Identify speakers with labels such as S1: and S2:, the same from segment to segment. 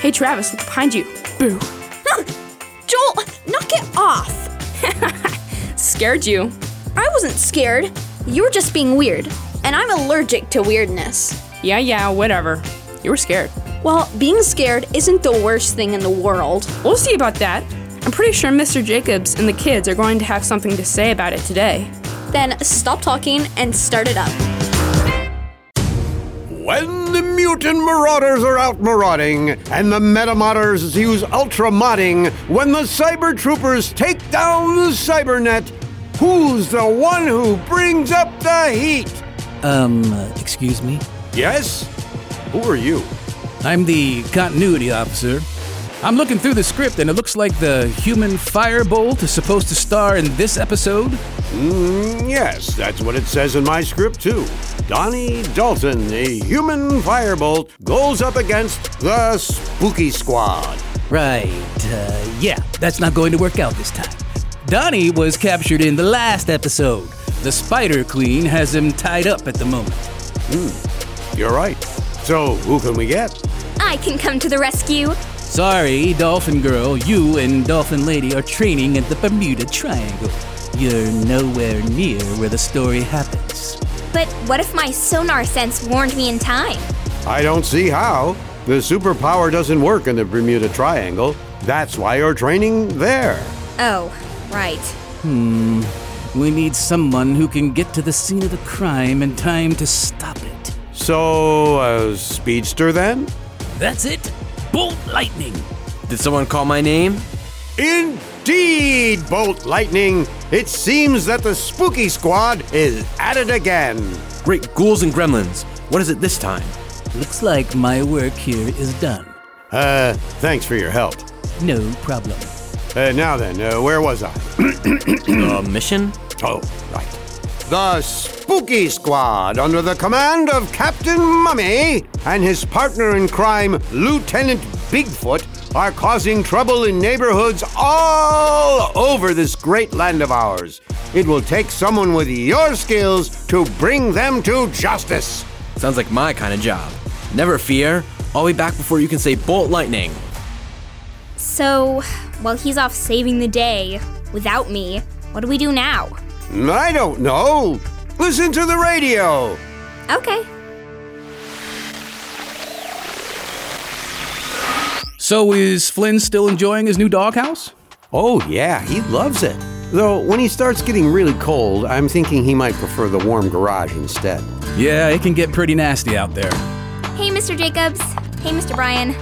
S1: Hey, Travis, look behind you. Boo.
S2: Joel, knock it off.
S1: Scared you.
S2: I wasn't scared. You were just being weird, and I'm allergic to weirdness.
S1: Yeah, yeah, whatever. You were scared.
S2: Well, being scared isn't the worst thing in the world.
S1: We'll see about that. I'm pretty sure Mr. Jacobs and the kids are going to have something to say about it today.
S2: Then stop talking and start it up.
S3: When the mutant marauders are out marauding, and the metamodders use ultra modding, when the cyber troopers take down the cybernet, who's the one who brings up the heat?
S4: Um, uh, excuse me?
S3: Yes? Who are you?
S4: I'm the continuity officer. I'm looking through the script and it looks like the human firebolt is supposed to star in this episode.
S3: Mm, yes, that's what it says in my script, too. Donnie Dalton, the human firebolt, goes up against the spooky squad.
S4: Right, uh, yeah, that's not going to work out this time. Donnie was captured in the last episode. The Spider Queen has him tied up at the moment.
S3: You're right. So, who can we get?
S5: I can come to the rescue.
S4: Sorry, Dolphin Girl, you and Dolphin Lady are training at the Bermuda Triangle. You're nowhere near where the story happens.
S5: But what if my sonar sense warned me in time?
S3: I don't see how. The superpower doesn't work in the Bermuda Triangle. That's why you're training there.
S5: Oh, right.
S4: We need someone who can get to the scene of the crime in time to stop it.
S3: So, a speedster then?
S4: That's it. Bolt lightning.
S6: Did someone call my name?
S3: Indeed, Bolt Lightning! It seems that the spooky squad is at it again.
S6: Great ghouls and gremlins. What is it this time?
S4: Looks like my work here is done.
S3: Uh, thanks for your help.
S4: No problem.
S3: Uh, now then, uh, where was I?
S6: A mission?
S3: Oh, right. The Spooky Squad, under the command of Captain Mummy and his partner in crime, Lieutenant Bigfoot, are causing trouble in neighborhoods all over this great land of ours. It will take someone with your skills to bring them to justice.
S6: Sounds like my kind of job. Never fear. I'll be back before you can say bolt lightning.
S5: So, while he's off saving the day without me, what do we do now?
S3: I don't know. Listen to the radio.
S5: Okay.
S4: So, is Flynn still enjoying his new doghouse?
S3: Oh, yeah, he loves it. Though, when he starts getting really cold, I'm thinking he might prefer the warm garage instead.
S4: Yeah, it can get pretty nasty out there.
S5: Hey, Mr. Jacobs. Hey, Mr. Bryan.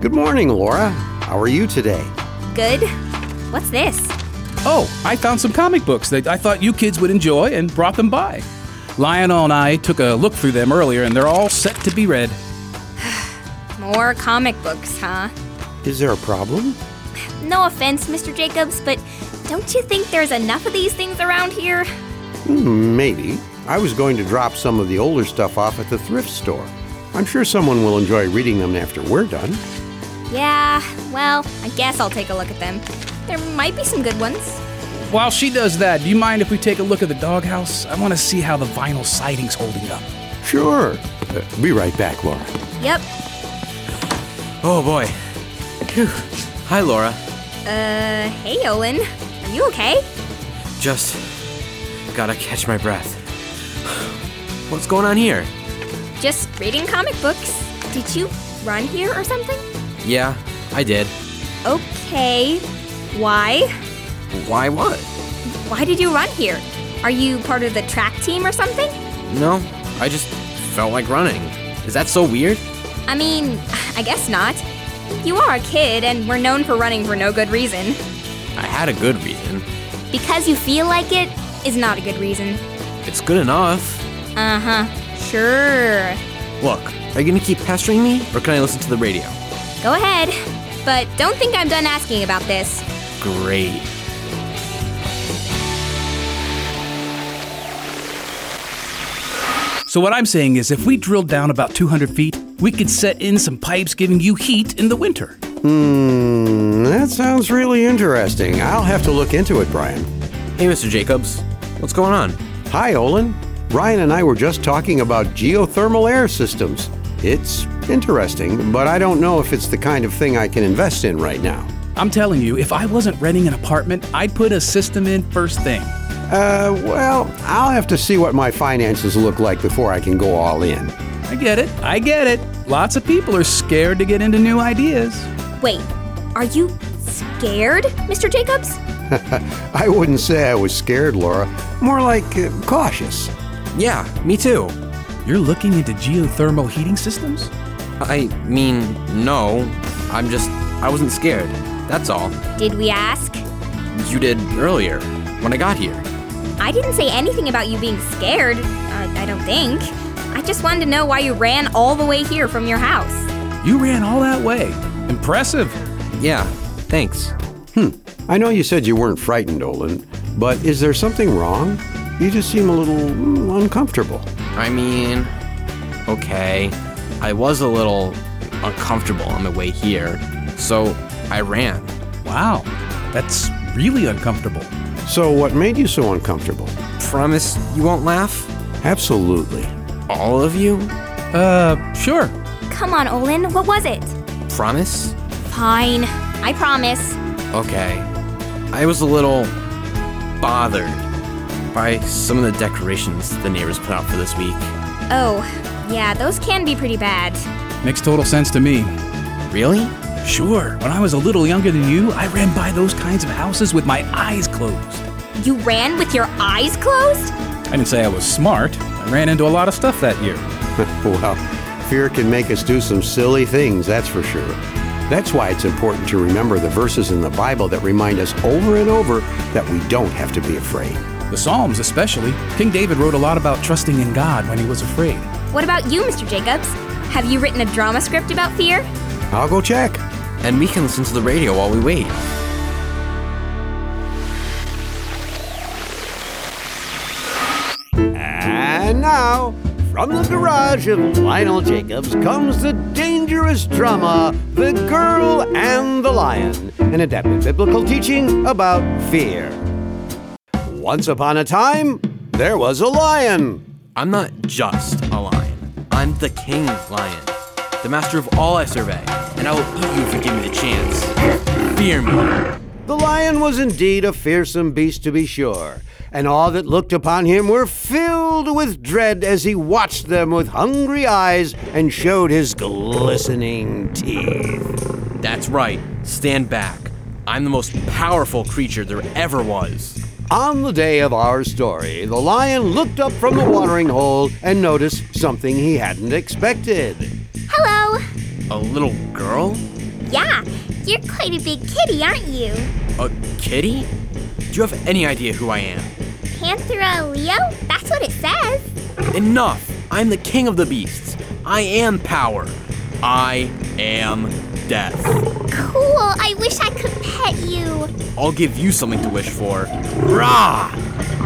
S3: Good morning, Laura. How are you today?
S5: Good. What's this?
S4: Oh, I found some comic books that I thought you kids would enjoy and brought them by. Lionel and I took a look through them earlier and they're all set to be read.
S5: More comic books, huh?
S3: Is there a problem?
S5: No offense, Mr. Jacobs, but don't you think there's enough of these things around here?
S3: Maybe. I was going to drop some of the older stuff off at the thrift store. I'm sure someone will enjoy reading them after we're done.
S5: Yeah, well, I guess I'll take a look at them. There might be some good ones.
S4: While she does that, do you mind if we take a look at the doghouse? I want to see how the vinyl siding's holding up.
S3: Sure. Uh, be right back, Laura.
S5: Yep.
S6: Oh boy. Phew. Hi, Laura.
S5: Uh, hey, Olin. Are you okay?
S6: Just gotta catch my breath. What's going on here?
S5: Just reading comic books. Did you run here or something?
S6: Yeah, I did.
S5: Okay. Why?
S6: Why what?
S5: Why did you run here? Are you part of the track team or something?
S6: No, I just felt like running. Is that so weird?
S5: I mean, I guess not. You are a kid, and we're known for running for no good reason.
S6: I had a good reason.
S5: Because you feel like it is not a good reason.
S6: It's good enough.
S5: Uh huh. Sure.
S6: Look, are you gonna keep pestering me, or can I listen to the radio?
S5: Go ahead. But don't think I'm done asking about this.
S6: Great.
S4: So, what I'm saying is, if we drilled down about 200 feet, we could set in some pipes giving you heat in the winter.
S3: Hmm, that sounds really interesting. I'll have to look into it, Brian.
S6: Hey, Mr. Jacobs. What's going on?
S3: Hi, Olin. Brian and I were just talking about geothermal air systems. It's Interesting, but I don't know if it's the kind of thing I can invest in right now.
S4: I'm telling you, if I wasn't renting an apartment, I'd put a system in first thing.
S3: Uh, well, I'll have to see what my finances look like before I can go all in.
S4: I get it. I get it. Lots of people are scared to get into new ideas.
S5: Wait, are you scared, Mr. Jacobs?
S3: I wouldn't say I was scared, Laura. More like uh, cautious.
S6: Yeah, me too.
S4: You're looking into geothermal heating systems?
S6: I mean, no. I'm just, I wasn't scared. That's all.
S5: Did we ask?
S6: You did earlier, when I got here.
S5: I didn't say anything about you being scared. uh, I, I don't think. I just wanted to know why you ran all the way here from your house.
S4: You ran all that way. Impressive.
S6: Yeah, thanks.
S3: I know you said you weren't frightened, Olin, but is there something wrong? You just seem a little mm, uncomfortable.
S6: I mean, okay. I was a little uncomfortable on the way here, so I ran.
S4: Wow. That's really uncomfortable.
S3: So, what made you so uncomfortable?
S6: Promise you won't laugh?
S3: Absolutely.
S6: All of you?
S4: Uh, sure.
S5: Come on, Olin, what was it?
S6: Promise?
S5: Fine, I promise.
S6: Okay. I was a little bothered by some of the decorations the neighbors put out for this week.
S5: Oh, yeah, those can be pretty bad.
S4: Makes total sense to me.
S6: Really?
S4: Sure. When I was a little younger than you, I ran by those kinds of houses with my eyes closed.
S5: You ran with your eyes closed?
S4: I didn't say I was smart. I ran into a lot of stuff that year.
S3: well, fear can make us do some silly things, that's for sure. That's why it's important to remember the verses in the Bible that remind us over and over that we don't have to be afraid.
S4: The Psalms, especially. King David wrote a lot about trusting in God when he was afraid.
S5: What about you, Mr. Jacobs? Have you written a drama script about fear?
S3: I'll go check.
S6: And we can listen to the radio while we wait.
S3: And now, from the garage of Lionel Jacobs comes the dangerous drama, The Girl and the Lion, an adapted biblical teaching about fear. Once upon a time, there was a lion.
S6: I'm not just a lion. I'm the king lion, the master of all I survey, and I will eat you if you give me the chance. Fear me.
S3: The lion was indeed a fearsome beast to be sure, and all that looked upon him were filled with dread as he watched them with hungry eyes and showed his glistening teeth.
S6: That's right. Stand back. I'm the most powerful creature there ever was.
S3: On the day of our story, the lion looked up from the watering hole and noticed something he hadn't expected.
S5: Hello.
S6: A little girl?
S5: Yeah, you're quite a big kitty, aren't you?
S6: A kitty? Do you have any idea who I am?
S5: Panthera Leo? That's what it says.
S6: Enough! I'm the king of the beasts. I am power. I am death.
S5: Cool, I wish I could pet you.
S6: I'll give you something to wish for. Rah!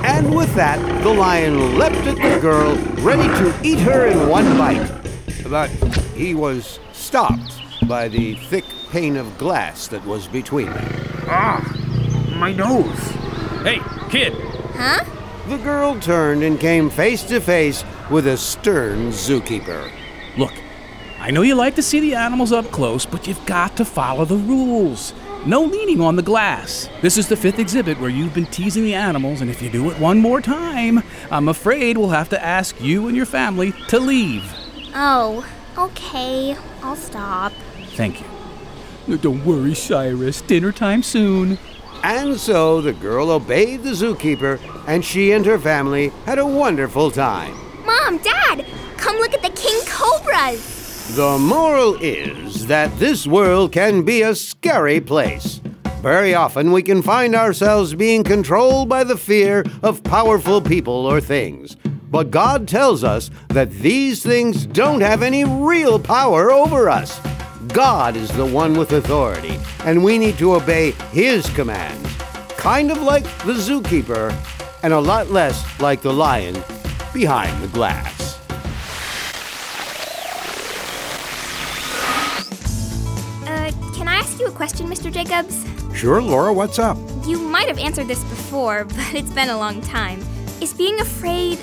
S3: And with that, the lion leapt at the girl, ready to eat her in one bite. But he was stopped by the thick pane of glass that was between them.
S7: my nose.
S4: Hey, kid!
S5: Huh?
S3: The girl turned and came face to face with a stern zookeeper.
S4: Look, I know you like to see the animals up close, but you've got to follow the rules. No leaning on the glass. This is the fifth exhibit where you've been teasing the animals, and if you do it one more time, I'm afraid we'll have to ask you and your family to leave.
S5: Oh, okay. I'll stop.
S4: Thank you. No, Don't worry, Cyrus. Dinner time soon.
S3: And so the girl obeyed the zookeeper, and she and her family had a wonderful time.
S5: Mom, Dad, come look at the king cobras.
S3: The moral is that this world can be a scary place. Very often we can find ourselves being controlled by the fear of powerful people or things. But God tells us that these things don't have any real power over us. God is the one with authority, and we need to obey His commands. Kind of like the zookeeper, and a lot less like the lion behind the glass.
S5: Uh, can I ask you a question, Mr. Jacobs?
S3: Sure, Laura, what's up?
S5: You might have answered this before, but it's been a long time. Is being afraid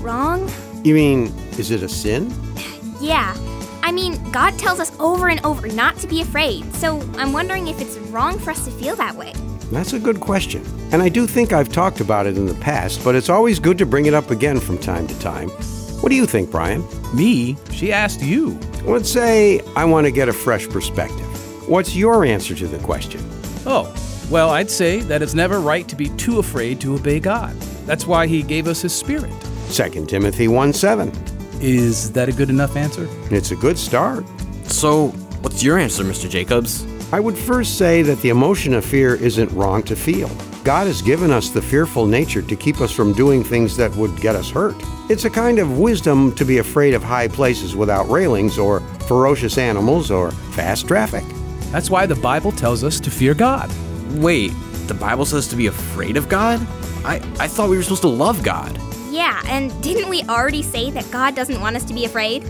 S5: wrong?
S3: You mean, is it a sin?
S5: Yeah. I I mean, God tells us over and over not to be afraid, so I'm wondering if it's wrong for us to feel that way.
S3: That's a good question. And I do think I've talked about it in the past, but it's always good to bring it up again from time to time. What do you think, Brian?
S4: Me? She asked you.
S3: Let's say I want to get a fresh perspective. What's your answer to the question?
S4: Oh, well, I'd say that it's never right to be too afraid to obey God. That's why He gave us His Spirit.
S3: 2 Timothy 1 7.
S4: Is that a good enough answer?
S3: It's a good start.
S6: So, what's your answer, Mr. Jacobs?
S3: I would first say that the emotion of fear isn't wrong to feel. God has given us the fearful nature to keep us from doing things that would get us hurt. It's a kind of wisdom to be afraid of high places without railings or ferocious animals or fast traffic.
S4: That's why the Bible tells us to fear God.
S6: Wait, the Bible says to be afraid of God? I, I thought we were supposed to love God.
S5: Yeah, and didn't we already say that God doesn't want us to be afraid?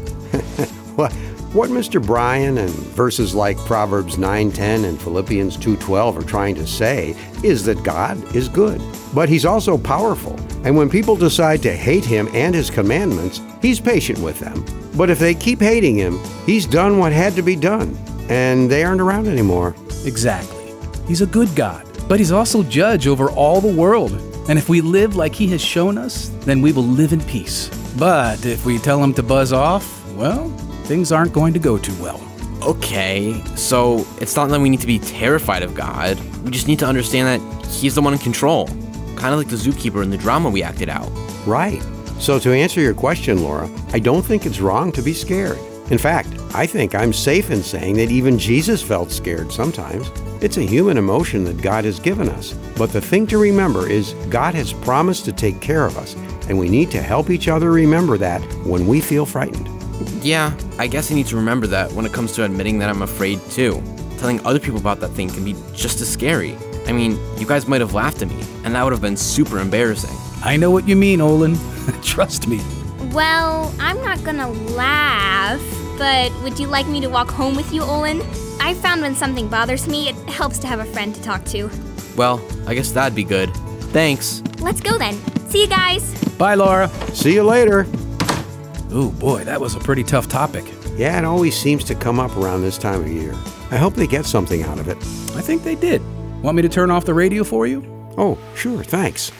S3: What, what Mr. Bryan and verses like Proverbs 9:10 and Philippians 2:12 are trying to say is that God is good, but he's also powerful. And when people decide to hate him and his commandments, he's patient with them. But if they keep hating him, he's done what had to be done, and they aren't around anymore.
S4: Exactly. He's a good God, but He's also judge over all the world. And if we live like He has shown us, then we will live in peace. But if we tell Him to buzz off, well, things aren't going to go too well.
S6: Okay, so it's not that we need to be terrified of God. We just need to understand that He's the one in control. Kind of like the zookeeper in the drama we acted out.
S3: Right. So, to answer your question, Laura, I don't think it's wrong to be scared. In fact, I think I'm safe in saying that even Jesus felt scared sometimes. It's a human emotion that God has given us. But the thing to remember is God has promised to take care of us, and we need to help each other remember that when we feel frightened.
S6: Yeah, I guess I need to remember that when it comes to admitting that I'm afraid too. Telling other people about that thing can be just as scary. I mean, you guys might have laughed at me, and that would have been super embarrassing.
S4: I know what you mean, Olin. Trust me.
S5: Well, I'm not gonna laugh, but would you like me to walk home with you, Olin? I found when something bothers me, it helps to have a friend to talk to.
S6: Well, I guess that'd be good. Thanks.
S5: Let's go then. See you guys.
S4: Bye, Laura.
S3: See you later.
S4: Oh boy, that was a pretty tough topic.
S3: Yeah, it always seems to come up around this time of year. I hope they get something out of it.
S4: I think they did. Want me to turn off the radio for you?
S3: Oh, sure, thanks.